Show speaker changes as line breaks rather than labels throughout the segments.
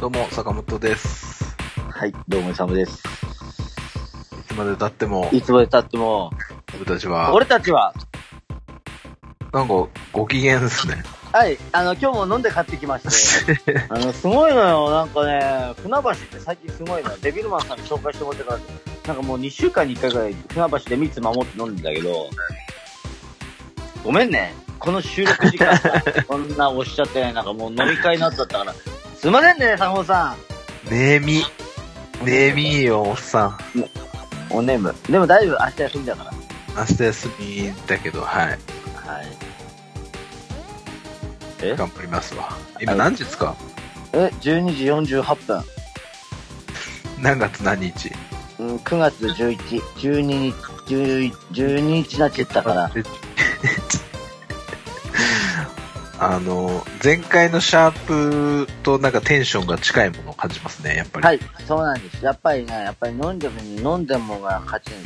どうも、坂本です。
はい、どうも、イサムで
い
す。
つまで経っても、
いつまで経っても、
僕たちは、
俺たちは、
なんか、ご機嫌です ね。
はい、あの、今日も飲んで買ってきまして、 あの、すごいのよ、なんかね、船橋って最近すごいのよ、デビルマンさんに紹介してもらってから、なんかもう2週間に1回ぐらい船橋で密守って飲んでんだけど、ごめんね、この収録時間さ、こんなおっしゃってない、なんかもう飲み会になっちゃったから、すいませんね、坂本さ
ねえみ、ねえみよ、おっさ
ん。おねむ。でも大丈夫、明日休みだから。
ん。明日休みだけど、はい。
はい。え
頑張りますわ。今
はい
何時ですか
え、12時48分。
何月何日
うん、9月11、12日、11 12日になっちゃったから。
えあの、前回のシャープとなんかテンションが近いものを感じますね、やっぱり。
はい、そうなんです。やっぱりね、やっぱり飲んでも、飲んでもが勝ちで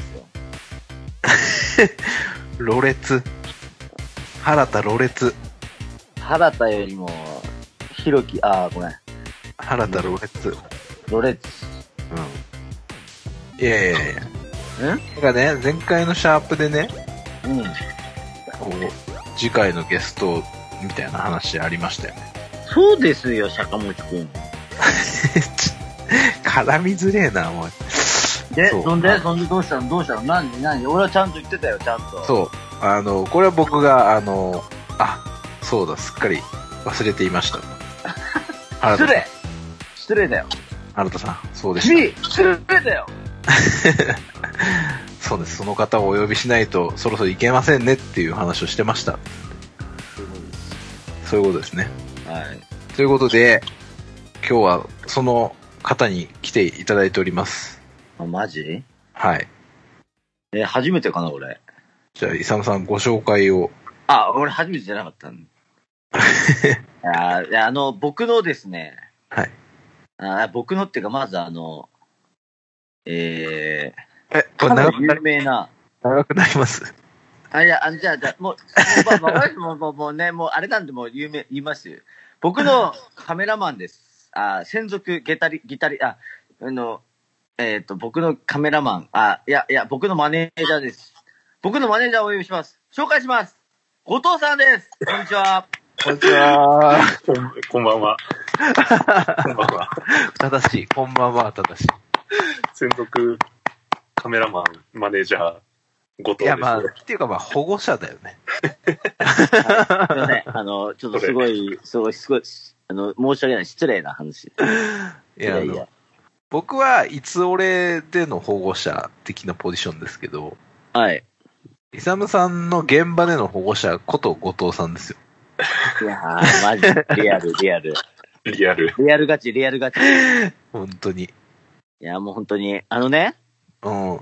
すよ。
ろれつ。原田ろれつ。
原田よりも、ひろき、ああ、ごめん、
原田ろれつ。
ロレッ
うん。いやいやいや。なんかね、前回のシャープでね、
ツ。うん。
こう、次回のゲストみたいな話ありましたよね。
そうですよ、坂本くん。
絡みづれえな、おい。
で、
そう
そんで、そんでどうしたのどうしたの何何俺はちゃんと言ってたよ、ちゃんと。う。
そう。あの、これは僕が、あの、あ、そうだ、すっかり忘れていました。原田
失
さん
礼。失礼だよ。
原田さん、そうでし
君、失礼だよ。
た。そうです。その方をお呼びしないと、そろそろいけませんねっていう話をしてました。そういうことですね。
はい。
ということで、今日はその方に来ていただいております。
あ、マジ
はい。
え、初めてかな、俺。
じゃあ、イサムさんご紹介を。
あ、俺初めてじゃなかっ たんいやいやあの、僕のですね、
はい。
あ僕のっていうか、まずあの、え
え、
ー、
これ
かな
長く
り
な
有
り
名な、
長くなります。
あ、いや、あの、じゃあ、じゃあもう、もうまあ、もう、もう、もうね、もう、あれなんで、もう、有名、言いますよ。僕のカメラマンです。あ、専属、ゲタリ、ギタリ、あ、あの、えっ、と、僕のカメラマン、あ、いや、いや、僕のマネージャーです。僕のマネージャーをお呼びします。紹介します。後藤さんです。こんにちは。
こんにちは。こん こんばんは。こんばんは。
正しい。こんばんは、正し
専属カメラマン、マネージャー、後
い。
藤
い
です
や、。まあ、っていうかまあ、保護者だよね。
すいません。あの、ちょっとすごい、すごい、すごい、あの、申し訳ない。失礼な話。
いや、あの、僕はいつ俺での保護者的なポジションですけど、
はい。
イサムさんの現場での保護者こと後藤さんですよ。
いやー、マジ、リアル、リアル。
リアル。
リアルガチ、リアルガチ。い
本当に。
や、もう本当に、あのね、
うん。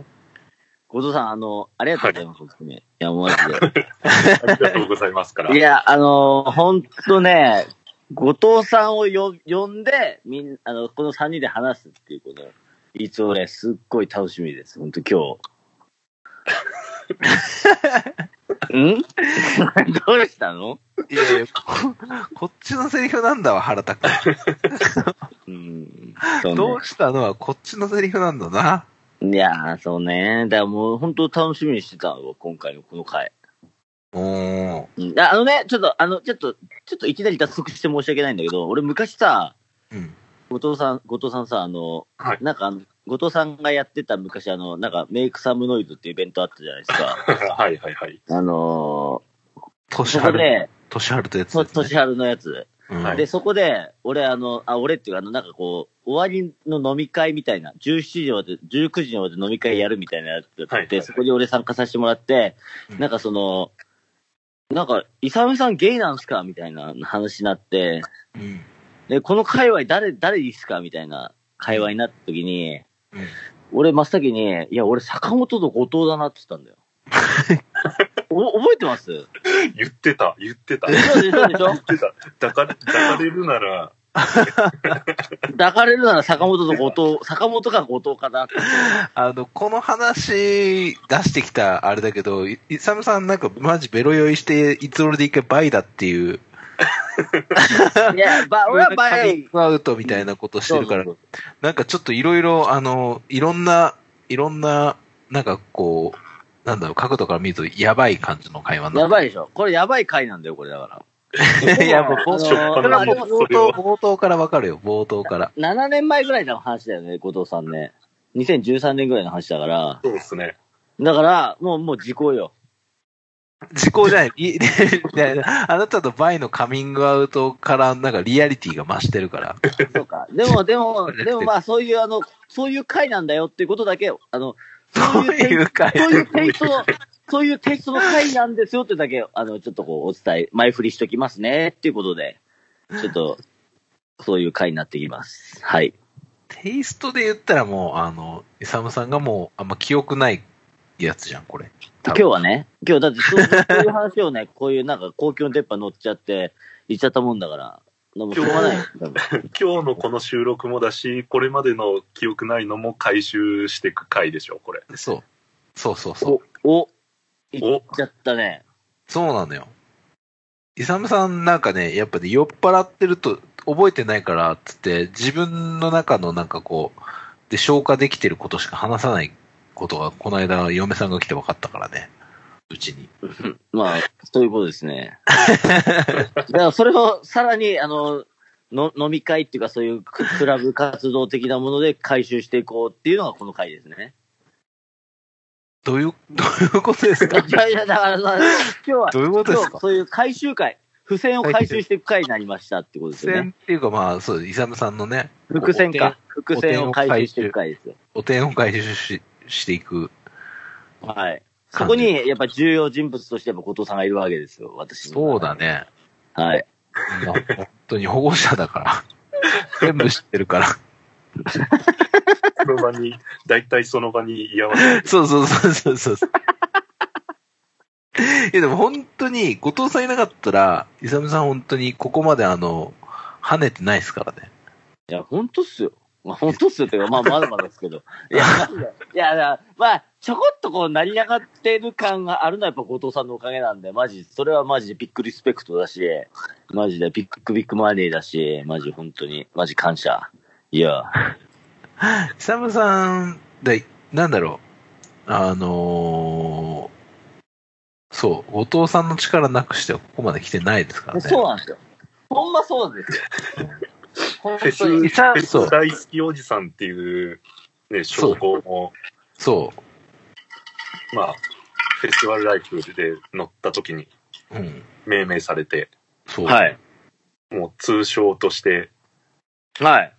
後藤さん、あの、ありがとうございます、本当に。いや、もうマジ
ありがとうございますから。
で。いや、あの、本当ね、後藤さんをよ呼んで、みんあの、この3人で話すっていうこと。いつ俺、すっごい楽しみです。本 当 今日。ん どうしたの
いやいや、こ こっちのセリフなんだわ、原田君。
うんそう
どうしたのはこっちのセリフなんだな。
ね。いやー、そうね。だからもう本当楽しみにしてたわ、今回のこの回。
うん。
うんああのね、ちょっと、あの、ちょっと、ちょっといきなり脱足して申し訳ないんだけど、俺昔さ、
うん。
後藤さん、後藤さんさ、あの、
はい
なんかあの、後藤さんがやってた昔、あの、なんか、メイクサムノイズっていうイベントあったじゃないですか。
はいはいはい。
あのー、
年
そこ
春。
で、
年春とやつ
と
ですね、
年春のやつ。
うん
はい
で、そこで、俺、あの、あ、俺っていうか、あの、なんかこう、終わりの飲み会みたいな、17時まで、19時まで飲み会やるみたいなやつがあって、
はいはいはい
そこに俺参加させてもらって、
うん
なんかその、なんか、イサムさんゲイなんすかみたいな話になって、
うん。
で、この界隈誰、誰ですかみたいな会話になった時に、
うん
俺真っ先に、いや、俺坂本と後藤だなって言ったんだよ。お覚えて ます
言ってた、言ってた。言っ
そうでしょそうでしょ
てた。抱か抱かれるなら、
抱かれるなら坂本と後藤、坂本か後藤かなって。
あの、この話出してきたあれだけど、いイサムさんなんかマジベロ酔いして、いつ俺で一回バイだっていう
いや、 ば、俺はバイ
カミングアウトみたいなことしてるから、
そう
なんかちょっといろいろ、あの、いろんな、いろんな、なんかこう、なんだろう、角度から見るとやばい感じの会話
そう
に
そ
な
うやば
い。
いでしょ。これやばい回なんだよ、これだから。
いや、もう、
あ
冒
のー
それはもう
そ
冒
れは
頭、冒頭からわかるよ、冒頭から。
7年前ぐらいの話だよね、後藤さんね。2013年ぐらいの話だから。
そうですね。
だから、もう、もう時効よ。
時効じ ゃない。いいやあなたとバイのカミングアウトから、なんかリアリティが増してるから。
そうか。でも、でも、でもまあ、そういう、あの、そういう回なんだよっていうことだけ、あの、
そういう会
そういうテイストの、そういうテイストの回なんですよってだけ、あの、ちょっとこう、お伝え、前振りしときますね、っていうことで、ちょっと、そういう回になってきます。はい。
テイストで言ったらもう、あの、イサムさんがもう、あんま記憶ないやつじゃん、これ。多
今
分
日はね、今日だってそう、そういう話 をね、こういうなんか公共の出っ歯乗っちゃって、行っちゃったもんだから、でもしょうがない。
今日のこの収録もだし、これまでの記憶ないのも回収していく回でしょう、これ。
そう。そうそうそう。
お、お、行
お
っちゃったね。
そうなのよ。イサムさんなんかね、やっぱね、酔っ払ってると覚えてないから、つって、自分の中のなんかこう、で消化できてることしか話さないことが、この間、嫁さんが来て分かったからね。うちに。
まあ、そういうことですね。 だからそれをさらに、あの、の飲み会っていうかそういうククラブ活動的なもので回収していこうっていうのがこの回ですね。
どういう、 どういうことですか
いやいや、だから、今日は、
どういうことです
今日
か
そういう回収会、付箋を回収していく回になりましたってことです
伏
よ
線
ね。
っていうかまあ、そう、イサムさんのね、
伏線か。
お手
伏線を回収していく回ですよ。
お点を回収ししていく。
はい。そこに、やっぱ重要人物としてやっぱ後藤さんがいるわけですよ、私の。
そうだね。
はい。
もう本当に保護者だから。全部知ってるから。
その場に、だいたいその場に居合わせて、
そうそうそうそうそうそう。いやでも本当に、後藤さんいなかったら、イサムさん本当にここまであの、跳ねてないですからね。
いや、本当っすよ。まあ、本当っすよっていうか、まあ、まだまだですけど。いや、マジでいや、だからまあ、ちょこっとこう、成り上がってる感があるのはやっぱ後藤さんのおかげなんで、マジ、それはマジでビッグリスペクトだし、マジでビッグビッグマネーだし、マジ本当に、マジ感謝。いや、
イサムさん、で、なんだろう、あのーそう、後藤さんの力なくしてはここまで来てないですからね。
そうなんですよ。ほんまそうなんですよ。本
フェス、
当
フ
に。
ェ
そう
ス大好きおじさんっていう、ね、称号も、
そ
まあ、フェスティバルライフで乗った時に
う。うん。
命名されて、
そう。
はい。
もう通称として、
はい。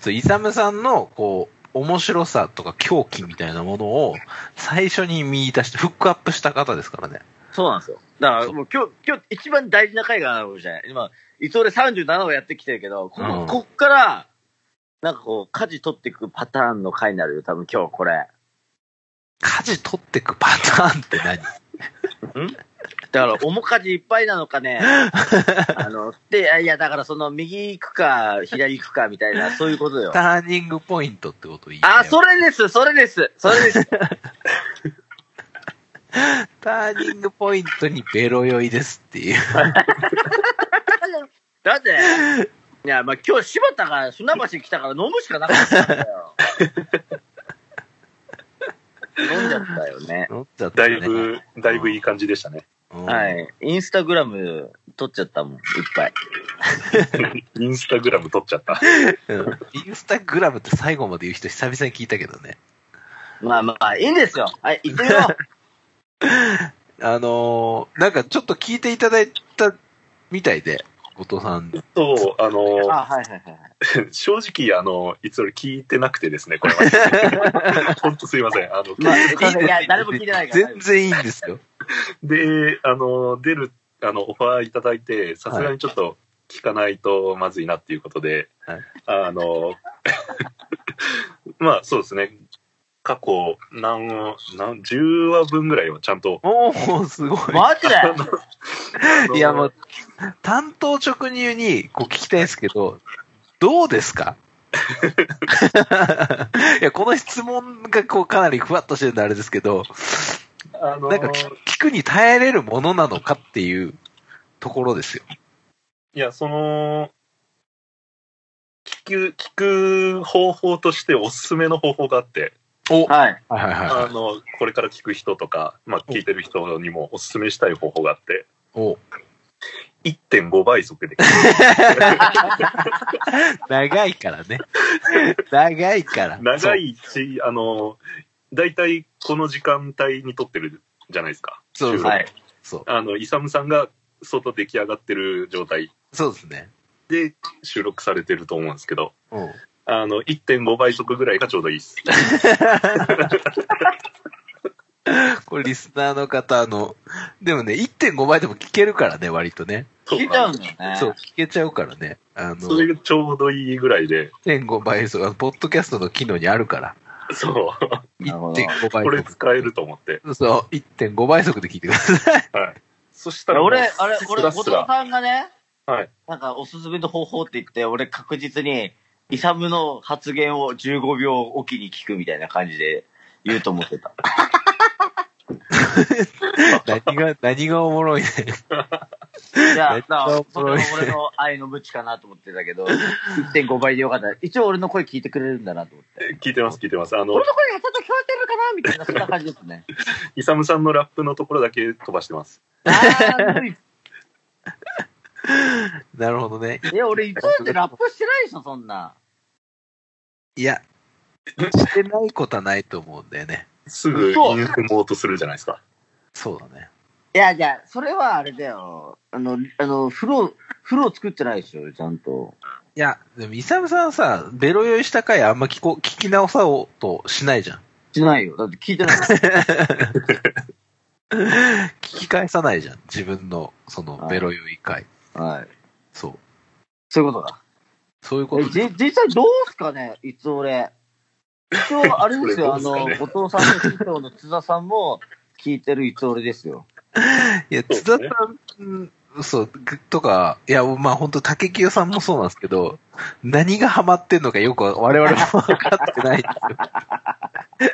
そう、イサムさんの、こう、面白さとか狂気みたいなものを最初に見出して、フックアップした方ですからね。
そうなんですよ。だからもう今日、今日一番大事な回があるかもしれない。今、いつ俺37をやってきてるけど、ここ、
うん
こっから、なんかこう、舵取っていくパターンの回になるよ、多分今日これ。
舵取ってくパターンって何
だから、面舵いっぱいなのかね。あの、で、いやいや、だからその、右行くか、左行くか、みたいな、そういうこと よ。
ターニングポイントってこといい、ね、
あ、それです、それです、それです。
ターニングポイントにベロ酔いですって いう。
だって、いや、まあ今日柴田が船橋来たから飲むしかなかったんだよ。飲んじゃったよね。
乗っちゃった
だ
ね。
いぶ、だいぶいい感じでしたね。
うん、
はい。インスタグラム撮っちゃったもん、いっぱい。
インスタグラム撮っちゃった。
うんインスタグラムって最後まで言う人久々に聞いたけどね。
まあまあ、いいんですよ。はい、行ってみよう。
あのーなんかちょっと聞いていただいたみたいで、後藤さん。
そう、あの、
あ、はいはいはい。
正直、あの、いつも聞いてなくてですね、これ は。本当すいません。あの、
まあ、 いや、誰も聞いてないから。
全然いいんですよ。
で、あの、出る、あの、オファーいただいて、さすがにちょっと聞かないとまずいなっていうことで、
はい
あの、 まあそうですね、過去何話、何、10話分ぐらいはちゃんと、
おー、すごい。
マジで
あのあの
いや、もう、担当直入にこう聞きたいですけど、どうです かいや、この質問がこうかなりふわっとしてるんであれですけど、
あの
なんか聞聞くに耐えれるものなのかっていうところですよ。
いや、その、聞く、聞く方法としておすすめの方法があって、
おはいはい
はい。
はい
あ。の、これから聞く人とか、まあ、聞いてる人にもおすすめしたい方法があって、
お
1.5 倍速で聞く。
長いから ね。長いから。
長いし、あの、大体この時間帯に撮ってるじゃないですか。
そう。そうそう、
はい
そう。
あの、イサムさんが相当出来上がってる状態
そうですね。
で収録されてると思うんですけど、
うん。
あの、1.5倍速ぐらいがちょうどいいです。
これリスナーの方の、でもね、1.5倍でも聞けるからね、割とね。
聞いちゃうんだよね。
そう、聞けちゃうからね。あの、
それがちょうどいいぐらいで、
1.5倍速、あのポッドキャストの機能にあるから。
そう、
なるほど
1.5倍
これ
速。
使えると思って。
そうそう、1.5倍速で聞いてくだ さい。
そしたらもう、
俺、あれ、俺、
スラ
後
ス
藤
ラ
さんがね、
はい。
なんかおすすめの方法って言って、俺確実に、イサムの発言を15秒おきに聞くみたいな感じで言うと思ってた。
何が、何がおもろいね。
い
めっ
や
ち、ゃ
な
おもろい
それが俺の愛の無知かなと思ってたけど、1.5倍でよかった。一応俺の声聞いてくれるんだなと思って。
聞いてます、聞いてます。あの
俺、の声がちょっと聞こえてるかなみたいな、そんな感じです ね。
イサムさんのラップのところだけ飛ばしてます。
あー無理
なるほどね。
いや、俺、いつだってラップしてないでしょ、そんな。
いや、してないことはないと思うんだよね。
すぐ、イン
嘘
フモートするじゃないですか。
そうだね。
いや、じゃあ、それはあれだよ。あの、あの、風呂、風呂作ってないでしょ、ちゃんと。
いや、でも、イサムさんさ、ベロ酔いした回あんま聞こ聞き直そうとしないじゃん。
してないよ。だって聞いてない。
聞き返さないじゃん。自分の、その、ベロ酔い回。
はい。
そう。
そういうことだ。
そういうこ
え
とで。
じ、実際どうすかね、いつ俺。一応、あれですよ、あ
それどうす
の、
か
後
ね
藤さんの師匠の津田さんも聞いてるいつ俺ですよ。
いや、津
そ
田
う
さ
ね
ん、そう、ぐとか、いや、まあ本当竹清さんもそうなんですけど、何がハマってんのかよく我々も分かって ないんですよ。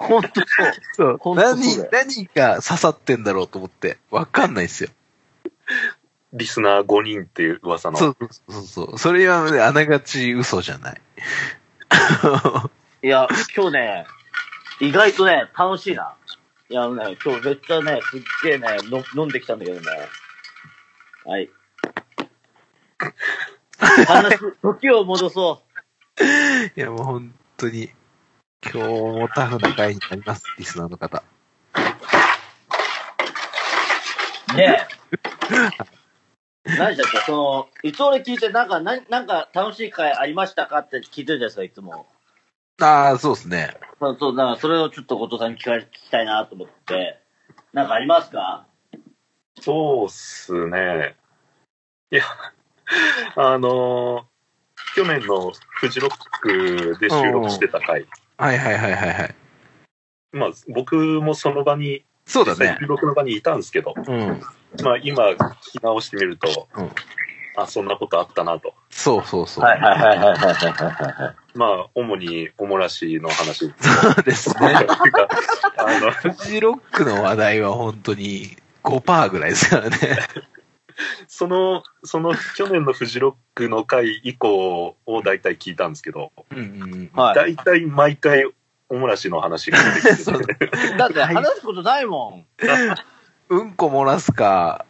ほんとそう。
そう
本当そう
何
だよ、
何が刺さってんだろうと思って、分かんないですよ。
リスナー5人っていう噂の。
そうそうそう。それはねあながち嘘じゃない。
いや、今日ね、意外とね、楽しいな。いや、あのね、今日めっちゃね、すっげえねの、飲んできたんだけどね。はい。話、時を戻そ
いや、もう本当に、今日もタフな回になります、リスナーの方。
う。ねえ。何でしたっけその、いつ俺聞いて、なんか、なんなんか楽しい会ありましたかって聞いてるじゃないですか、いつも。
ああ、そうですね。
そう、そう、だからそれをちょっと後藤さんに聞か聞きたいなと思って。なんかありますか
そうっすね。いや、 あのー去年のフジロックで収録してた回、
はいはいはいはいはい。
まあ、僕もその場に、
そうだね
収。録の場にいたんですけど、
うん。
まあ、今、聞き直してみると、
うん
あ、そんなことあったなと。
そうそうそう。
いはいはいはいはいはい。
まあ、主におもらしの話。
そうですね。
てかあの
フジロックの話題は本当に5%ぐらいですからね。
その、その去年のフジロックの回以降を大体聞いたんですけど、
うんうん。
はい。
大体毎回、おもらしの話が出てきて
そう
だって話すことないも
うんこ漏らすか、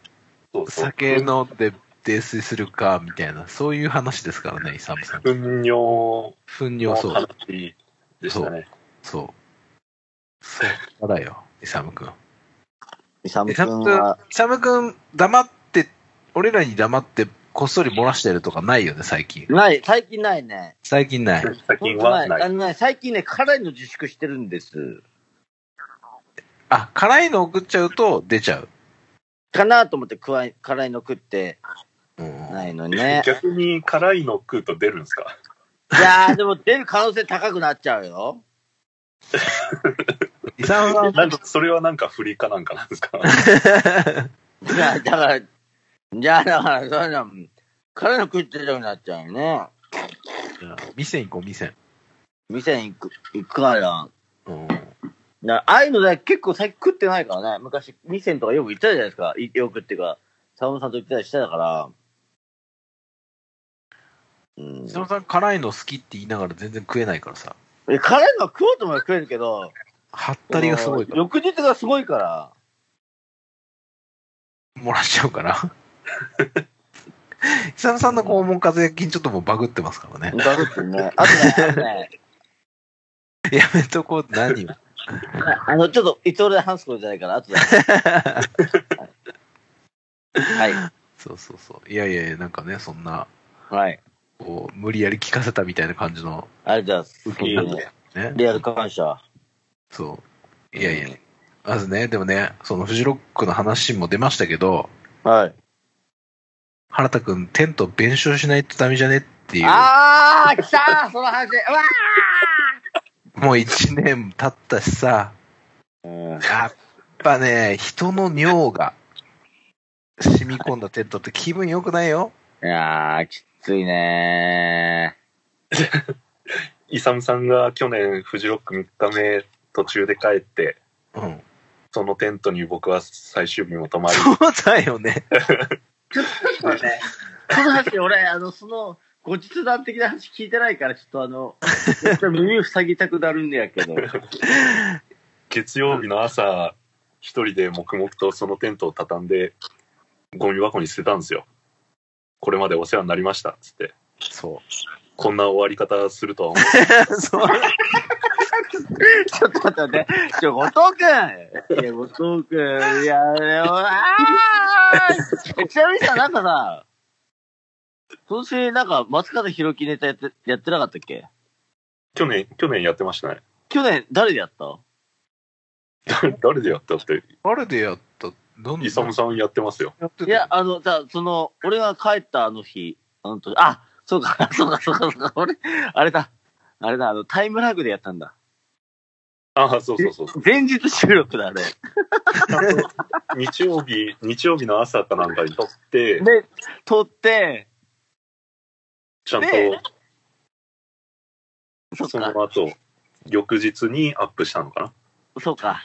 そうそう
酒飲んで泥酔するか、みたいな、そういう話ですからね、イサムさん。
糞
糞
尿の
尿、そう。
話でしたね。
そう。そうだよ、イサムくん。
ん。イサ
イサムくん、イ、サムくん、黙って、俺らに黙って、こっそり漏らしてるとかないよね、最近。
ない、最近ないね。
最近ない。
最近は
本当
な
あ
い。。
のね、最近ね、辛いの自粛してるんです。
あ、辛いの送っちゃうと出ちゃう。
かなと思って、くわい辛いの食って
うん
ないのね
逆に辛いの食うと出るんですか
いやー、でも出る可能性高くなっちゃうよ。
イサムさん、
なんかそれはなんか振りかなんかなんですか
い や、だから、いや、だから、そういうの、辛いの食ってるようになっちゃうよね。
店行こう、店。
店に行く、行くから、
うん。
なああいうので結構最近食ってないからね。昔、店とかよく行ってたじゃないですか。いよくっていうか、沢村さんと行ってたりしてたから。うん。
石野さん辛いの好きって言いながら全然食えないからさ。
え、カレーのは食おうと思えば食えるけど、
ハッタリがすごいから。
翌日がすごいから。
漏らしちゃう から。石野さんの肛門風邪菌ちょっともうバグってますからね。
だってね。あとね、あとね、
やめとこう、何を。
あの、ちょっと、いつ俺で話すことじゃないか ら、後で。はい。はい
そうそうそう。いやいやいや、なんかね、そんな、
はい。
こう、無理やり聞かせたみたいな感じの、
ありがと
受
うござ
け
い
なん
ま
だ
す。
よね。
リアル感謝。
そう。いやいや。まずね、でもね、そのフジロックの話も出ましたけど、
はい。
原田くん、テント弁償しないとダメじゃねっていう、
あー、来たーその話。うわ
もう一年経ったしさ、
ー
やっぱね、人の尿が染み込んだテントって気分良くないよ。
いやー、きついね
イサムさんが去年、フジロック3日目途中で帰って、
うん。
そのテントに僕は最終日も泊まり、
そうだよね。
ー。そう ね。その話、俺、あの、その、後日談的な話聞いてないから、ちょっとあの、ちょっと耳塞ぎたくなるんやけ ど。
月曜日の朝、一人で黙々とそのテントを畳んで、ゴミ箱に捨てたんですよ。これまでお世話になりました、つって。
そ
こんな終わり方するとは思っ
う。 そう。
ちょっと待って待って。ちょ、後藤くん。いや、後藤くん。いや、でもあーちなみにさ、なんかさ、今年、なんか、松方弘樹ネタやって、やってなかったっけ
去年、去年やってましたね。
去年、誰でやった
誰でやったって、
誰でやったどん
イサム
さ
さんやってますよ。
ん
いや、、あの、じゃあその、俺が帰ったあの日、あの時、あ、そうか、 そうか、そうか、そうか、俺、あれだ、あれだ、あの、タイムラグでやったんだ。
ああ、そうそうそう。
前日収録だ、あれ。
日曜日、日曜日の朝かなんかに撮って、
で、撮って、
ちゃんと
ねそっ
そ
か、
の後、翌日にアップしたのかな。
そうか。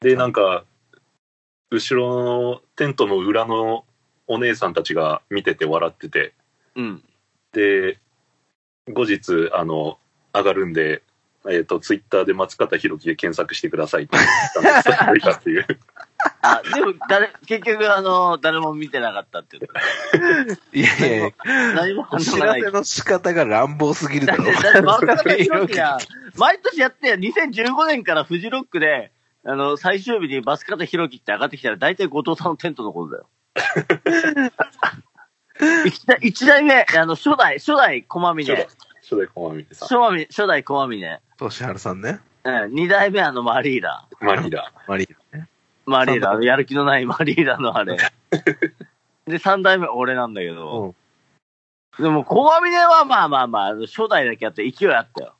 で、なんか、後ろのテントの裏のお姉さんたちが見てて笑ってて、
うん。
で、後日、あの、上がるんで、えっ、と、ツイッターで松方弘樹で検索してくださいって言ったんですそれかっていう。
あ、でも、誰、結局、あの、誰も見てなかったっていう。
いやいやいや、
何も
お
反応
知
が
ら
ない。
せ
だ
の仕方が乱暴すぎるだ
っ
ろ。
て、 だって、丸方弘樹や、毎年やってや、2015年からフジロックで、あの、最終日にバスカタ弘樹って上がってきたら、大体後藤さんのテントのことだよ。一代一代目、あの、初代、初代駒
初代
峰。、
初代駒見さん
初。代、初代駒峰。
としはるさんね。
うん、二代目あの、マリーダ。
マリだ。
マリーね。
マリーダ、やる気のないマリーダのあれ。で、三代目俺なんだけど。
うん。
でも、小網ではまあまあまあ、初代だけあって勢いあったよ。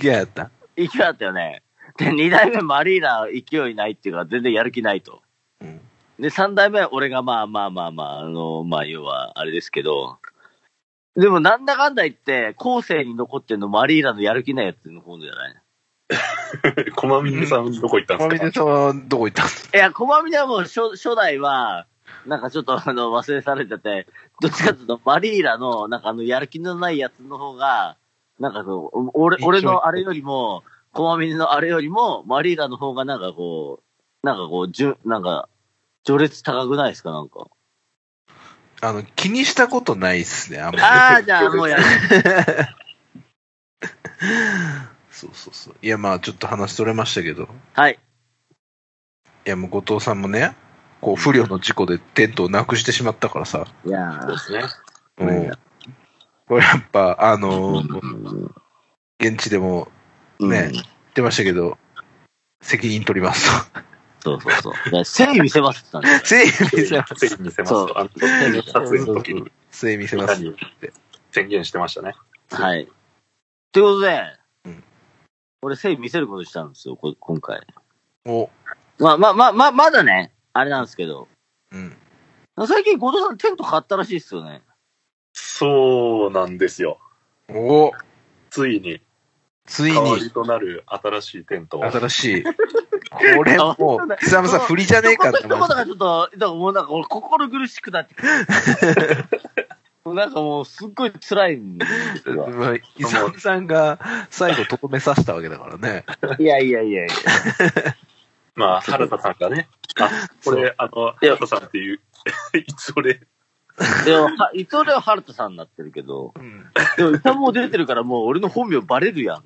いや、やった。
勢いあったよね。で、二代目マリーナ勢いないっていうか、全然やる気ないと。
うん。
で、三代目俺がまあまあまあまあ、あの、まあ要はあれですけど、でもなんだかんだ言って、後世に残ってるのマリーナのやる気ないやつの方じゃない
駒見さんどこ行った
マ
ん
リ
ですか
ーさんはどこ行ったんです
いや、小網ではもう初初代は、なんかちょっとあの、忘れされてて、どっちかっていうとマリーラの、なんかあの、やる気のないやつの方が、なんかこう、お俺、俺のあれよりも、小網のあれよりも、マリーラの方がなんかこう、なんかこう、じゅ、なんか、序列高くないですか、なんか。
あの、気にしたことないっすね、あんま
あ あ、じゃあもうやる。
そうそうそう。いや、まあ、ちょっと話取れましたけど、
はい。
いや、もう後藤さんもね、こう、不慮の事故でテントをなくしてしまったからさ、
いやー
そうですね。
うん
うん
これやっぱ、あのー
う
現地でも
ん
ね言ってましたけど、責任取りますと。
そうそうそう。いや誠意見せますって言ったんだよ。
誠意見せま
せ見せますと。あの 撮影の時に、
す。誠意見せ
み
ま
んな
す。
に宣言してましたね。
はい。ということで、
うん
俺、誠意見せることにしたんですよ、こ今回。
お、
まあまあまあ、まあ、まだね、あれなんですけど、
うん。
最近、後藤さん、テント買ったらしいですよね。
そうなんですよ。
お、
ついに、
つい
代わり
に、
となる新しいテントを。
新しい。これもう、イサムさん振りじゃねえかって
一言
思いま
がちょっと、なんかもうなんか俺心苦しくなってくる。もうなんかもうすっごい辛いんです
す
よ。
まあイサムさんが最後とどめさせたわけだからね。
いやいやいやいや。
まあ、原田さんがね、あ、これ、あの、
いや
原田さんっていう、 いつ俺、
でも、は伊藤では春田さんになってるけど、
うん
でも歌も出てるからもう俺の本名バレるやん。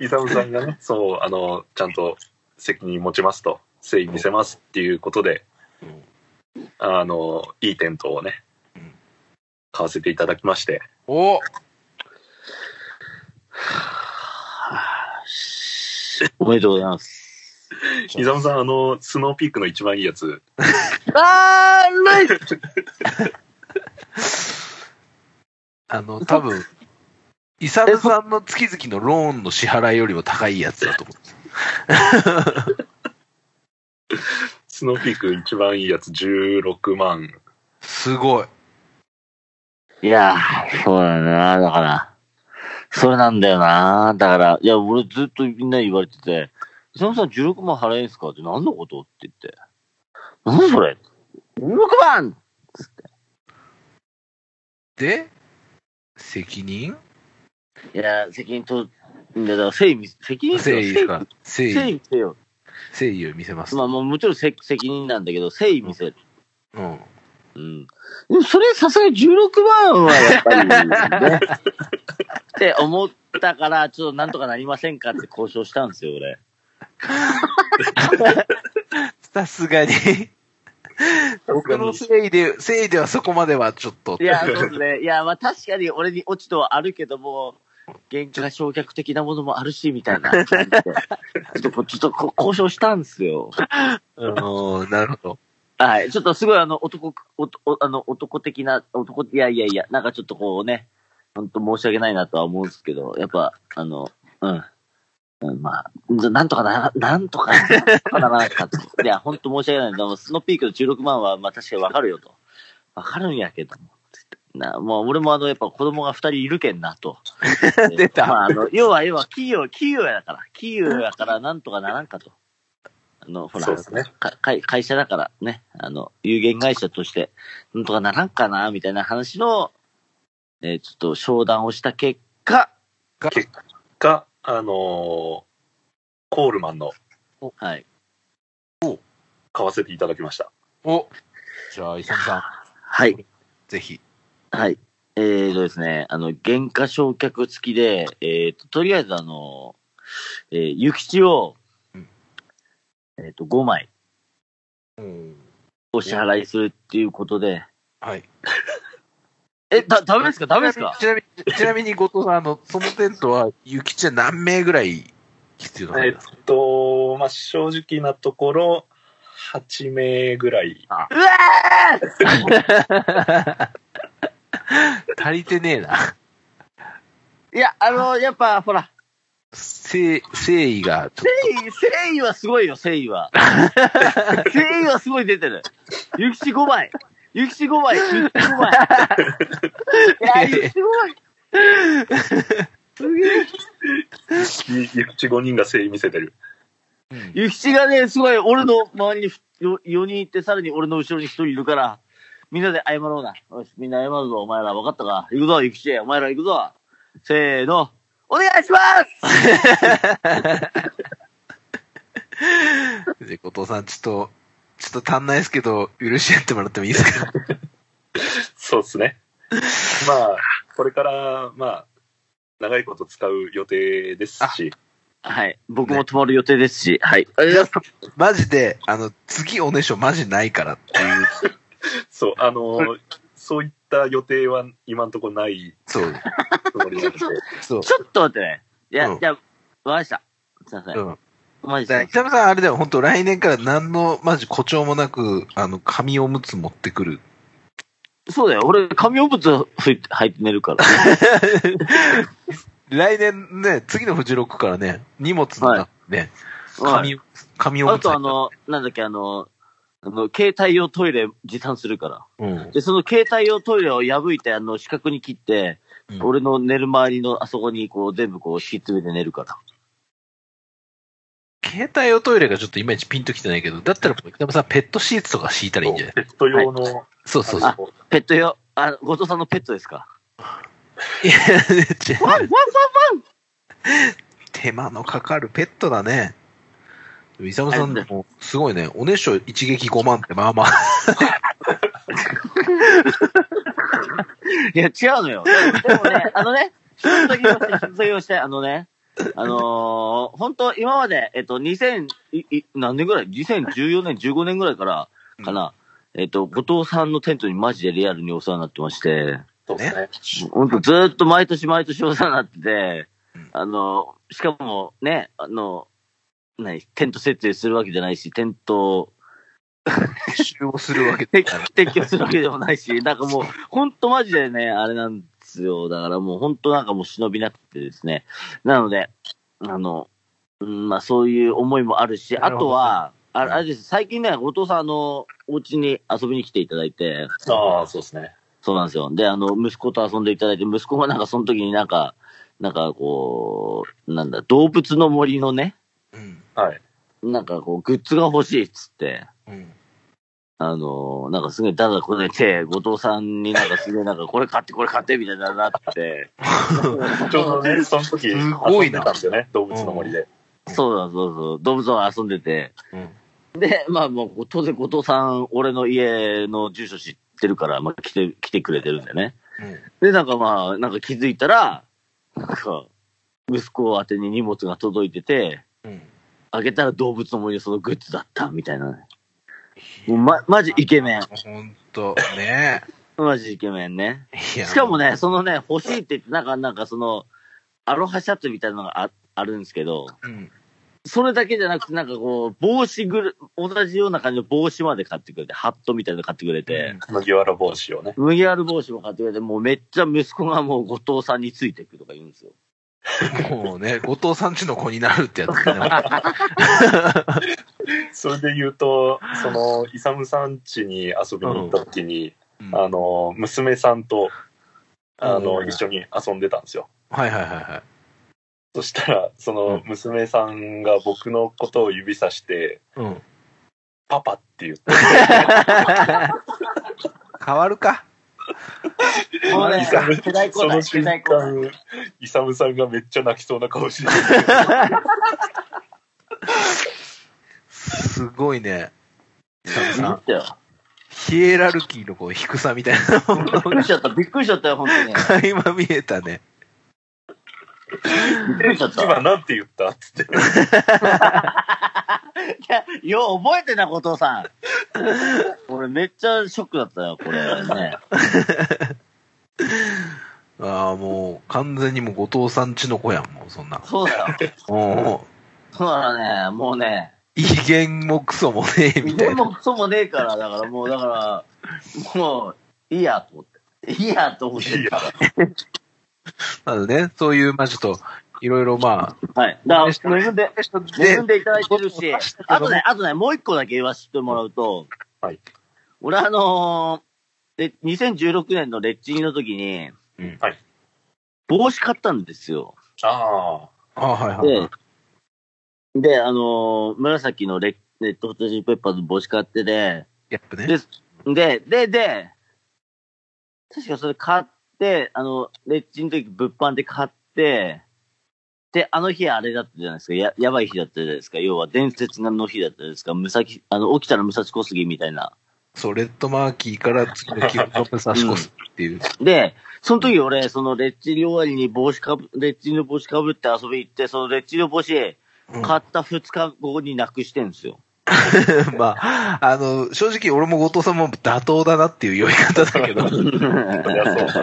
イサムさんが ね、そう、あの、ちゃんと責任持ちますと、誠意見せますっていうことで、あの、いいテントをね
うん、
買わせていただきまして、
お
おめでとうございます。
イサムさん、あの、スノーピークの一番いいやつ、
あー、ナイス
あの、多分、イサムさんの月々のローンの支払いよりも高いやつだと思う。
スノーピーク一番いいやつ16万。
すごい。
いやー、そうだな、だから。それなんだよな。だから、いや、俺ずっとみんなに言われてて、伊沢さん16万払えんすかって何のことって言って。何それ ?16 万
で、責任
いや、責任と、いや、だから誠意見せ、責任
誠
せよ
意か。誠
誠意誠意
意。
見せよ。
誠意を見せます。
まあ、もうもちろんせ責任なんだけど、誠意見せる。
うん。
うん。でもそれさすがに16万はやっぱり、ね。って思ったから、ちょっとなんとかなりませんかって交渉したんですよ、俺。
さすがに。僕の誠意で、誠意ではそこまではちょっと。
いや、そうですね。いや、まあ確かに俺に落ち度はあるけども、原価が償却的なものもあるし、みたいな感じで。ちょっとこ、ちょっとこ交渉したんですよ。
うん、なるほど。
はい。ちょっとすごいあの、男く、おとおあの男的な、男、いやいやいや、なんかちょっとこうね、本当申し訳ないなとは思うんですけど、やっぱ、あの、うん。うん、まあ、なんとかな、なんとか、なんとかならなかった。 いや、本当申し訳ない。でも、スノーピークの16万は、まあ確かにわかるよと。わかるんやけども。つってな、もう俺もあの、やっぱ子供が2人いるけんな と。
出た
まあ、あの、要は要は企業、企業やから、企業やからなんとかならんかと。あの、ほら、
そうですね
か会会社だからね、あの、有限会社として、なんとかならんかな、みたいな話の、えーちょっと商談をした結果、
結果、あのーコールマンの
はい。
買わせていただきました。
おじゃあ、イサムさ
はい。
ん、ぜひ。
はい。えーとですね、あの、原価償却付きで、えーと、とりあえずあの、えー、諭吉を
うん、
えーと、5枚
うん。
お支払いするっていうことで、
はい。
え、だ、ダメですかダメですか
ちなみに、ちなみに後藤さん、あの、そのテントは、雪ちゃん何名ぐらい必要なん
えっ
ですか
と、まあ、正直なところ、8名ぐらい。
うわー
足りてねえな。
いや、あの、やっぱ、ほら、
誠誠意が、ちょっ
誠意、誠意はすごいよ、誠意は。誠意はすごい出てる。ゆきち5枚。ゆきち5枚。ゆきち5枚。いや、ゆきち5枚。すげえ。
ゆくち5人が誠意見せてる。
とうん
ゆきちがね、すごい、俺の周りに4人いて、さらに俺の後ろに1人いるから、みんなで謝ろうな。よし、みんな謝るぞ、お前ら。分かったか。行くぞ、ゆきち。お前ら行くぞ。せーの。お願いします
で後藤さん、ちょっと、ちょっと足んないですけど、許し合ってもらってもいいですか
そうですね。 まあ、これから、まあ、長いこと使う予定ですし、
はい。僕も泊まる予定ですし、はい。ありがとうございま
マ
す。
ジで、あの、次おねしょマジないからっていう、
そう、あのーそういった予定は今のところない
そう、
つもりなので、
そう。
ちょっと待ってね。いや、
うん
いや、わかりました。すいません。
うん、
マジ
だから
で。
北村さん、あれだよ、本当来年から何の、マジ誇張もなく、あの、紙おむつ持ってくる。
そうだよ。俺、紙おむつ入って入って寝る から。
来年ね、次のフジロックからね、荷物の中にね、
はい
紙、紙お
あ
むつ
と、あ
入っ
の、なんだっけ、あの、あの携帯用トイレ持参するか
う
ら。
ん。
で、その携帯用トイレを破いて、あの、四角に切って、
うん
俺の寝る周りのあそこに、こう、全部こう、敷き詰めて寝るから。
携帯用トイレがちょっといまいちピンときてないけど、だったら、北山さん、ペットシーツとか敷いたらいいんじゃない
ペット用の、
そうそうそう。
あの
ペット用、あ、後藤さんのペットですか
いや、違う
ワンワンワン
手間のかかるペットだね。でもイサムさん、
はい
もうすごいね。おねしょ一撃5万って、まあまあ。
いや、違うのよ。でもね、あのね、新卒業して、新卒業して、あのね、あのー、本当今まで、えっと、2000、いい何年ぐらい ?2014 年、15年ぐらいから、かな。えっと、後藤さんのテントにマジでリアルにお世話になってまして、
そうですね。
ほんとずーっと毎年毎年お世話になってて
うん、
あの、しかもね、あの、何、テント設営するわけじゃないし、テントを
使用するわけ
撤撤去するわけでもないし、なんかもう、ほんとマジでね、あれなんですよ。だからもうほんとなんかもう忍びなくてですね。なので、あの、うん、まあそういう思いもあるし、
な
あ
るほど
とは、ああれです、最近ね、後藤さん、あの、お家に遊びに来ていただいて、
ああ、そうですね。
そうなんですよ。で、あの、息子と遊んでいただいて、息子がなんかその時になんか、なんかこう、なんだ、動物の森のね、
うん。
はい。
なんかこう、グッズが欲しいっつって、
うん。
あのー、なんかすげえダダこねて、後藤さんになんかすげえなんかこれ買ってこれ買ってみたいになって、
ちょうどね、その時、
すごい
遊ん
な
でたんですよね、動物の森で。
そうだそうそう、動物を遊んでて、
うん。
で、まあもう当然後藤さん、俺の家の住所知ってるから、まあ来て、来てくれてるんだよね。で、なんかまあ、なんか気づいたら、なんか、息子を宛てに荷物が届いてて、
うん。
開けたら動物の森のそのグッズだった、みたいなね。もうま、マジイケメン。
ほんと、ね
マジイケメンね。
いや
しかもね、そのね、欲しいって言って、なんか、なんかその、アロハシャツみたいなのがああるんですけど、
うん。
それだけじゃなくて、なんかこう、帽子ぐる、同じような感じの帽子まで買ってくれて、ハットみたいなの買ってくれて、
麦わら帽子をね。
麦わら帽子も買ってくれて、もうめっちゃ息子がもう後藤さんについていくとか言うんですよ。
もうね、後藤さんちの子になるってやつね。
それで言うと、その、イサムさん家に遊びに行った時に、
うん
あの、娘さんと、あの、
うん
一緒に遊んでたんですよ。
はいはいはいは
そしたら、その、娘さんが僕のことを指さして、
い。うん。
パパって言って、
変わるか。
もうね
イサム、
世代
そ
交
の
代、世
瞬
代交代。
間、イサムさんがめっちゃ泣きそうな顔して、
すごいね。
ビビったよ。
ヒエラルキーのこう低さみたいな
びっくりしちゃった、びっくりしちゃったよ、本当に。びっ
垣間見えたね。
くりしちゃった。
今なんて言ったっつって。
いやよう覚えてな、後藤さん。俺めっちゃショックだったよ、これね。
ああ、もう完全にもう後藤さんちの子やん、もうそんな。
そうだよ。
おう
そうだね、もうね。
威厳もクソもねえ、みた
俺
いな。
もクソもねえから、だからもう、だから、もう、いいや、と思って。いいや、と思って。
いいや
なのでね、そういう、まあちょっと、いろいろまあ、
はい。だから、恵んで、恵んでいただいてるし
ね、
あとね、あとね、もう一個だけ言わせてもらうと、
はい。
俺あのー、で、2016年のレッチリの時に、
うん
はい
帽子買ったんですよ。
あ
ああはいはい。
で、で、あのー紫のレレッドホットチリペッパーズの帽子買ってで、
やっぱね
で。で、で、で、確かそれ買って、あの、レッチンの時物販で買って、で、あの日あれだったじゃないですか、ややばい日だったじゃないですか、要は伝説の日だったじゃないですか、武蔵、あの、起きたら武蔵小杉みたいな。
そう、レッドマーキーから次のキムカプ差し越すっていう。
で、その時俺、そのレッチリ終わりに帽子かぶ、レッチリの帽子かぶって遊び行って、そのレッチリの帽子、
うん
買った2日後になくしてんですよ。
まあ、あの、正直俺も後藤さんも妥当だなっていう酔い方だけ ど、
あ、そりゃそう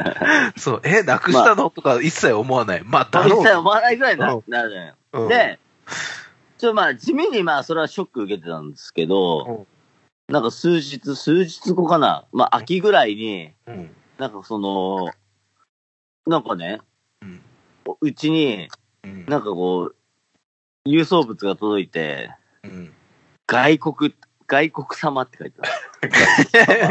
だ。
そう、え、なくしたのとか一切思わない。まあ、だろ
一
う
切思わないぐらいにな
うん
なるじゃない。
うん。
で、ちょっとまあ、地味にまあ、それはショック受けてたんですけど、なんか数日、数日後かな、まあ、秋ぐらいに、
うん。
なんかその、なんかね
うん、
うちに、
うん。
なんかこう、郵送物が届いて、
うん。
外国、外国様って書いてある。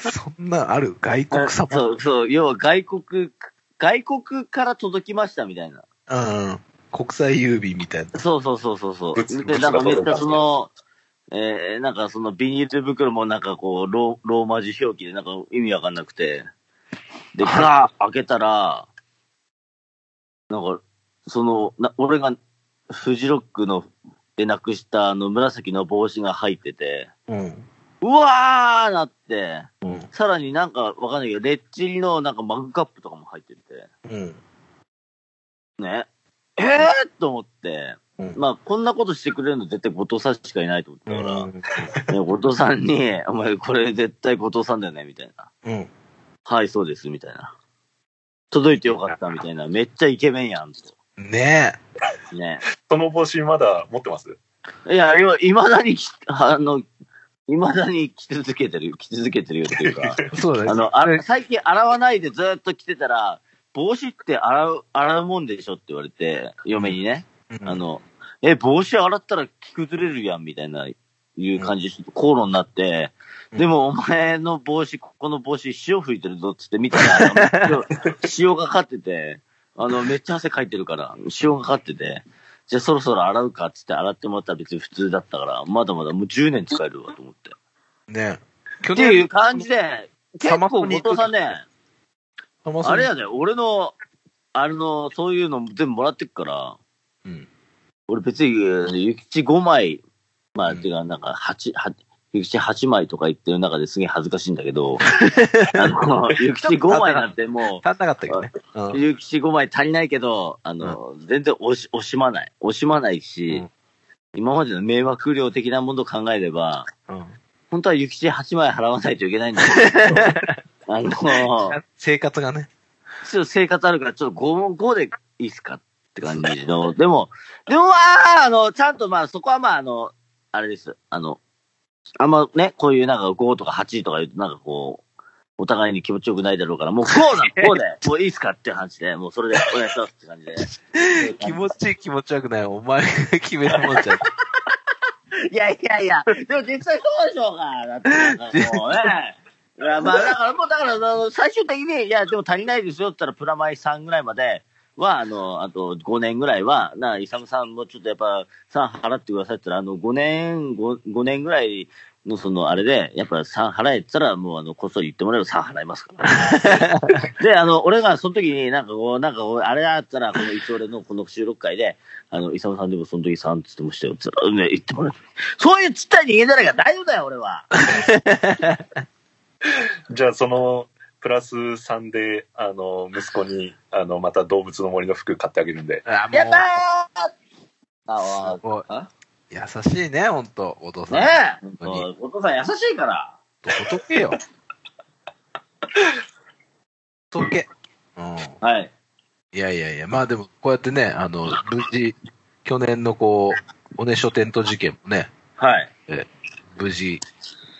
そんなんある外国様。うん。
そう、そう、要は外国、外国から届きましたみたいな。
国際郵便みたいな。
そうそうそうそうそ
ぶつ
う。
ぶ
で、
つ
なんかめっち
が
ゃその、えー、なんかそのビニール袋もなんかこう、ローローマ字表記でなんか意味わかんなくて。で、
あ
ガーッ開けたら、なんか、その、な俺がフジロックの、でなくしたあの紫の帽子が入ってて、
うん。
うわーなって、
うん。
さらになんかわかんないけど、レッチリのなんかマグカップとかも入ってて。
うん。
ね。えー、と思って、
うん
まあ、こんなことしてくれるの絶対後藤さんしかいないと思ったから、
う
ね
ん。
後藤さんに、お前これ絶対後藤さんだよね、みたいな。
うん。
はい、そうです、みたいな。届いてよかった、みたいな。めっちゃイケメンやん、と。
ね
ね。
その帽子まだ持ってます
いや、今、いまだにき、あの、いまだに着続けてる、着続けてるよっていう か、
え。そうだね。
あの、あ最近洗わないでずーっと着てたら、帽子って洗う、洗うもんでしょって言われて、嫁にね。
うん、
あの、え、帽子洗ったら着崩れるやん、みたいな、いう感じで、ちょっと口論になって、
うん
でもお前の帽子、ここの帽子、塩吹いてるぞっつって見た ら、塩塩がかかってて、あの、めっちゃ汗かいてるから、塩がかかってて、じゃあそろそろ洗うかっつって洗ってもらったら別に普通だったから、まだまだもう10年使えるわと思って。
ね去
っていう感じで、結
サ
構
マソ
後
ニ
藤さんね、
サマソニ
あれやで、俺の、あれの、そういうの全部もらってくから、
うん。
俺別に、えー諭吉5枚、まあ、
うん
ていうか、なんか、8、8、諭吉8枚とか言ってる中ですげえ恥ずかしいんだ けど、あの、諭吉5枚なんても
足んなかったけどね。う
う、
ん。
諭吉5枚足りないけど、あの、全然惜し惜しまない。惜しまないし、
うん
今までの迷惑料的なものを考えれば、
うん
本当は諭吉8枚払わないといけないんだけ ど、あの、
生活がね。
ちょっと生活あるから、ちょっと5、5でいいっすかって感じ の。でも、でもまあ、あの、ちゃんとまあ、そこはまあ、あの、あれです。あの、あんまね、こういうなんか5とか8とか言うと、なんかこう、お互いに気持ちよくないだろうから、もう5だ、5で、 もういいっすかっていう話で、もうそれでお願いしますって感じで。
気持ちいい気持ち悪くない。お前が決めるもんじゃん。
いやいやいや、でも実際そうでしょうが。だってなんかもうね。いやまあだからもうだからあの最終的に、いやでも足りないですよって言ったらプラマイ3ぐらいまでは、あの、あと5年ぐらいは、な、イサムさんもちょっとやっぱ、3払ってくださいって言ったら、あの5年、5, 5年ぐらいのそのあれで、やっぱ3払えって言ったら、もうあの、こっそり言ってもらえば3払いますから。で、あの、俺がその時になんかこう、なんかこう、あれだったら、この一応俺のこの収録会で、あの、イサムさんでもその時3って言ってましたよって言ったら、ね、言ってもらえそういうちったい人間じゃないから大丈夫だよ、俺は。
じゃあそのプラス3であの息子にあのまた動物の森の服買ってあげるんで
あ、も
やったー
す
あ
ごい
あ
優しいね、ほんと、お父さん。
ねえ
当に
お父さん優しいから。
ほっとけ よ。ほっとけ。うん。
はい。
いやいやいや、まあでも、こうやってね、あの、無事、去年のこう、おね書店と事件もね、
はい。
無事、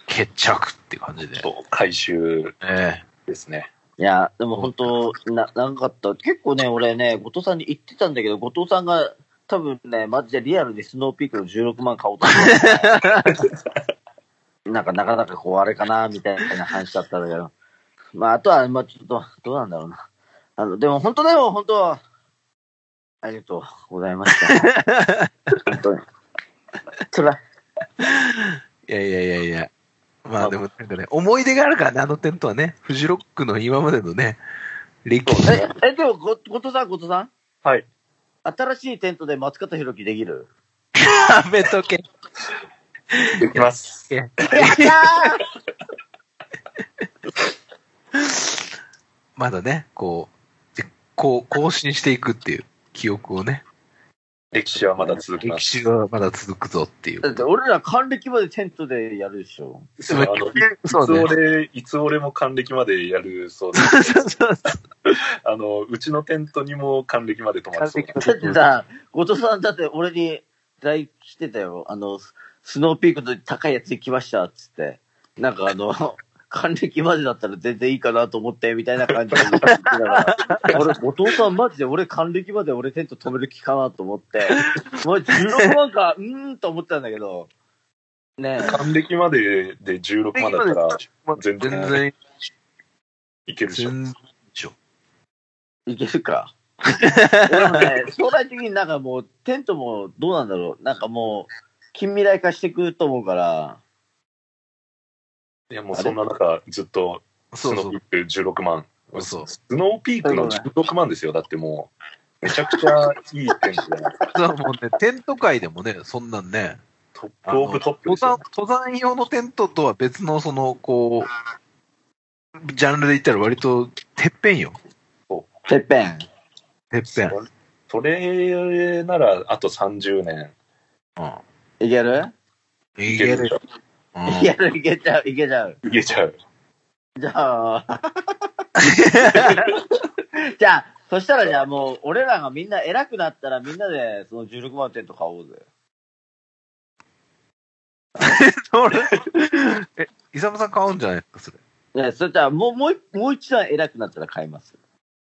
決着って感じで。
と回収
ね
ですね
いや、でも本当、な、長かった。結構ね、俺ね、後藤さんに言ってたんだけど、後藤さんが、多分ね、マジでリアルにスノーピークの16万買おうと思 って。なんか、なかなかこう、あれかな、みたいな話だったんだけど。まあ、あとは、まあ、ちょっと、どうなんだろうな。あの、でも本当でも本当、ありがとうございました。 本当に。辛い。
いやいやいやいや。まあでも、なんかね、思い出があるからね、あの店とはね、フジロックの今までのね、歴史。
え、え、でも、ご、後藤さん、後藤さん
はい
新しいテントで松方弘樹できる
やめとけ。
できます
まだね、こう、でこう、更新していくっていう記憶をね、
歴史はまだ続きま
歴
す
史はまだ続くぞっていう
だ。って俺ら還暦までテントでやるでしょ。
そうあのい
そうね
いつ俺いつ俺も還暦までやるそうですあのうちのテントにも還暦まで泊まるそうなん
だ
で
ってさ、後藤さんだって俺に LINE 来てたよ。あの、ススノーピークの高いやつ行きましたっつって。なんかあの、 還暦までだったら全然いいかなと思って、みたいな感じで言ってたから、俺、後藤さんマジで俺還暦まで俺テント止める気かなと思って、もう16万か、うーんと思ってたんだけど、ね。
還暦までで16までだったら
まあ
全
全
然
然、
いけるでしょ。
全然、
いけ るか。でもね、将来的になんかもう、テントもどうなんだろう。なんかもう、近未来化してくると思うから、
いやもうそんな中、ずっとス
そう
ノー
そ
ピ
う
ー。ク16万。
そう
スノーピークの16万ですよ。だってもう、めちゃくちゃいいテント だ
だ
な。
からもうね、テント界でもね、そんなんね、
トップ
あの
オブトップ
登
ですよ
山。登山用のテントとは別の、その、こう、ジャンルで言ったら割と、てっぺんよ。
てっぺん。
てっぺん。
それなら、あと30年。
うん。
いける
い
い
け
け
る
る
よ。うん
いける、いけちゃう、いけちゃう。
いけちゃう。
じ ゃあ、じゃあ、そしたらじゃあもう、俺らがみんな偉くなったらみんなでその16万テント買おうぜ。
それ え、イサムさん買うんじゃないですか、それ。
いや、それじゃあもう、もう一、もう一段偉くなったら買います。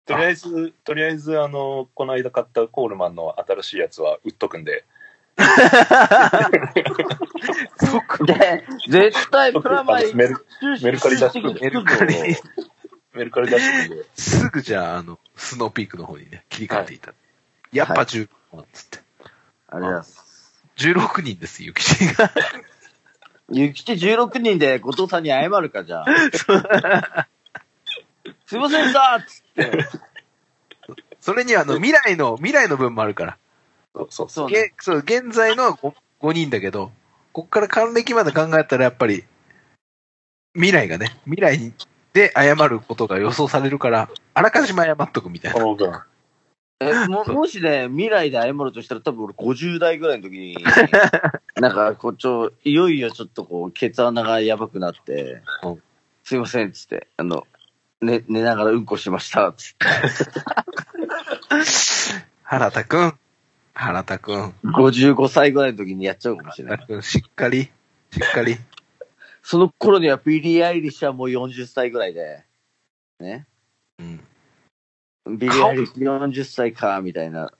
とりあえず、とりあえず、あの、この間買ったコールマンの新しいやつは売っとくんで、
そっか。
で、絶対プラ マイ、
メルメルカリ出してくる
メルカリに、
メルカリ出してくんで、
すぐじゃあ、あの、スノーピークの方にね、切り替えていた。やっぱ16万、つって。
ありがとうございます。
16人です、ゆきちが。
ゆきち16人で後藤さんに謝るか、じゃあ。 すいませんさっつって。
それにあの、未来の、未来の分もあるから。
そうそう
そうね。
げそう、現在の 5, 人だけど、こっから還暦まで考えたらやっぱり、未来がね、未来にで謝ることが予想されるから、あらかじめ謝っとくみたい
こ
な。
の分、
えももしね、未来で謝るとしたら、多分俺50代ぐらいの時 に、なんか、こう、ちょ、いよいよちょっとこう、ケツ穴がやばくなって
うん、
すいません、つって、あの、寝、寝ながらうんこしました、つって。
原田くん、原田くん、
55歳ぐらいの時にやっちゃうかもしれな
原
い。
田くん、しっかり、しっかり。
その頃にはビリー・アイリッシュはもう40歳ぐらいで、ね。
うん。
ビリー・アイリッシュ40歳か、みたいな。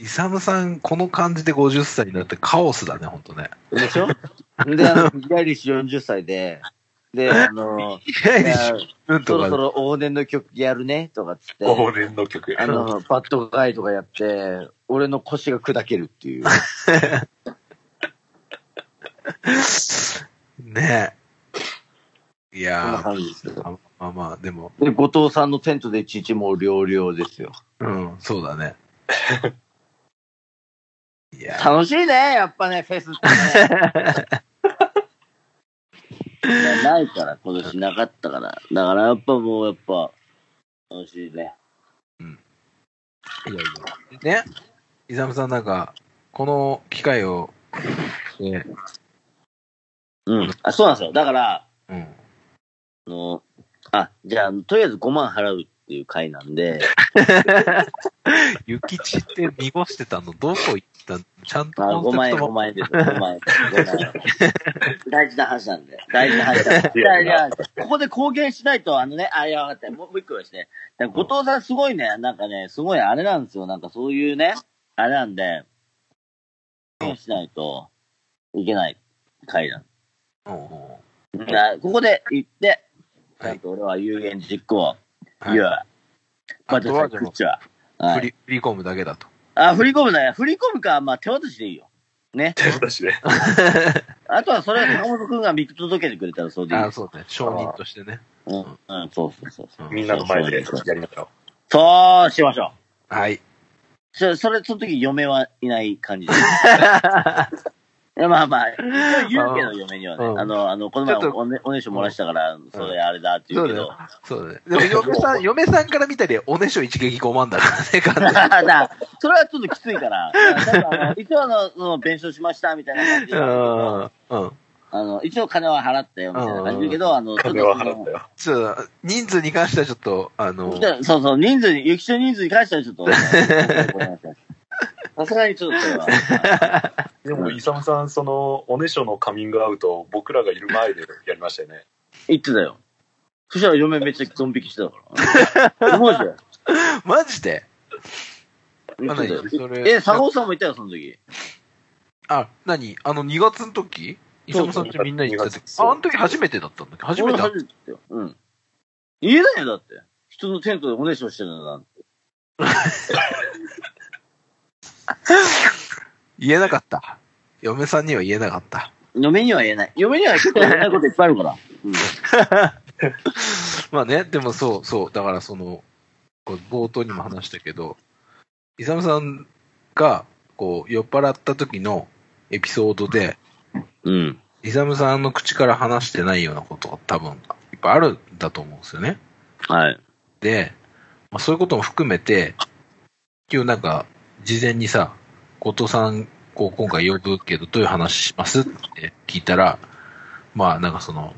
イサムさん、この感じで50歳になってカオスだね、ほんとね。
で しょで、あの、ビリー・アイリッシュ40歳で、で、あ の、
いやい
いや
や、うん
そ
と
ろそ
か、
ろ往年の曲やるね、とかっつって。
往年の曲。
あの、バッドガイとかやって、俺の腰が砕けるっていう。
ねえ。い
そんな
や
感じですよ
ー、まあまあ、でも、
で、後藤さんのテントで一日もう両々ですよ。
うん、そうだ ね。いや、
楽しいね、やっぱね、フェスってね。いや ないから、今年なかったから。だからやっぱもう、やっぱ、楽しいね。
いやいや。ね、イザムさんなんか、この機会を、ね、
うん。あ、そうなんですよ。だから、
うん。
あの、あ、じゃあ、とりあえず5万払うっていう回なんで、
ゆきちって濁してたの、どこ行ったのちゃんと
あ
コ
5
ン
万
セ
円、
プト
5
も。
万円 です。5万円。5万円。大事な話なんで。大事な話なんで。いやいや、ここで貢献しないと、あのね、あ、いや、分かった。もうもう一個ですね。だから後藤さんすごいね、なんかね、すごいあれなんですよ。なんかそういうね、あれなんで、貢献しないといけない回なん
うんうん
だからここで言って、ち
はい
ゃんと俺は有言実行、
はい
いや、
あ
ま
と
た
は
さ、
でも
口は。は
振
い
り振り込むだけだと。
あ、振り込むね。振り込むか、まあ手渡しでいいよ。ね。
手出しで。
あとはそれは坂本くんが見届けてくれたらそうでいい
あ。そうね。証人としてね。
うん、うん、そうそうそう。
うん
みんなの前でやりながら。
そうしましょ
はい。
う。そそれ、その時嫁はいない 感じです。いやまあまあ、言うけど嫁にはね、
うん
あの、あの、この前
ちょっと
おねおねしょ漏らしたから、それあれだって言
そうう
け
だ
ど。
よ。そうだね。でも、嫁さん、 嫁さんから見たり、おねしょ一撃5万だからね、完全に
だ から、それはちょっときついから、だから多分あの一応あの、その、弁償しましたみたいな感じで、 あ
うん。うん。
の、一応金は払ったよみたいな感じだけど、あの、ちょっ
金
と
は
その
払ったよ。
ちょっと、人数に関してはちょっと、あの、
でそうそう、人数に、雪中人数に関してはち ょっと、ごめんなさいさすがにちょっとそれは。
でも、イサムさん、その、おねしょのカミングアウトを僕らがいる前でやりましたよね。
言ってたよ。そしたら嫁めっちゃゾンビきしてたから。マジで
マジで
言ってたよ
それ
え、佐藤さんも言ったよ、その時。
あ、何あの、2月の時イサムさんとみんな行った時。あ、あの時初めてだったんだけど、初め
俺
て会っ
初めてだよ。うん。家だよ、だって。人のテントでおねしょしてるんだなんて。
言えなかった。嫁さんには言えなかった。
嫁には言えない。嫁には結構言えないこといっぱいあるから。うん。
まあね、でもそうそう、だからその、こう冒頭にも話したけど、イサムさんが、こう、酔っ払った時のエピソードで、
うん。
イサムさんの口から話してないようなことが多分、いっぱいあるんだと思うんですよね。
はい。
で、まあ、そういうことも含めて、今日なんか、事前にさ、後藤さん、こう、今回呼ぶけど、どういう話しますって聞いたら、まあ、なんかその、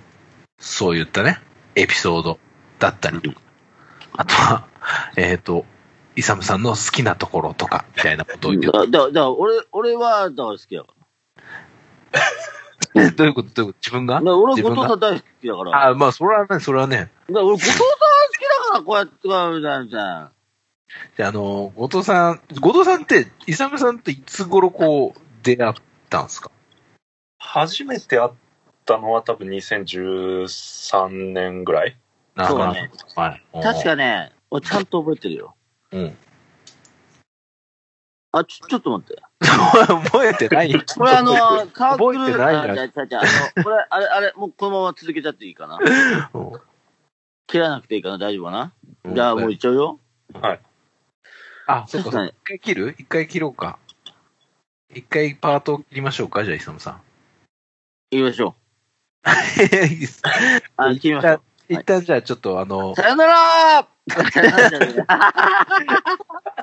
そういったね、エピソードだったりとか、あとは、えっ、と、イサムさんの好きなところとか、みたいなことを言って
だ、だ、だから俺、俺は、だから好きだか
えどういうことどういうこと自分
ら。
が
だから俺、
自
後
分が
藤さん大好きだから。だか
あまあ、それはね、それはね、
ら俺、後藤さん好きだから、こうやって、こうやって、さ。
であの、後藤さん、後藤さんって、イサムさんといつ頃こう、出会ったんですか
初めて会ったのは多分2013年ぐらい。
な
そ
る
う
ほど
だね。
はい。
確かね、俺ちゃんと覚えてるよ。
うん。
あ、ちょ、ちょっと待って。
覚えてない よ。
これあの、サーク
覚えて
ル、
ない
あ、
な
じゃじゃじゃ、あの、これ、あれ、あれ、もうこのまま続けちゃってい いかな。切らなくていいかな、大丈夫かな。じゃあもういっちゃうよ。
あ、そっか。
確かに
一回切る一回切ろうか。一回パートを切りましょうか、じゃあ、イサム さん。
行きましょう。あ、切りましょ
一旦、一旦じゃあ、ちょっとあの
う。、さよならさよならじゃねえ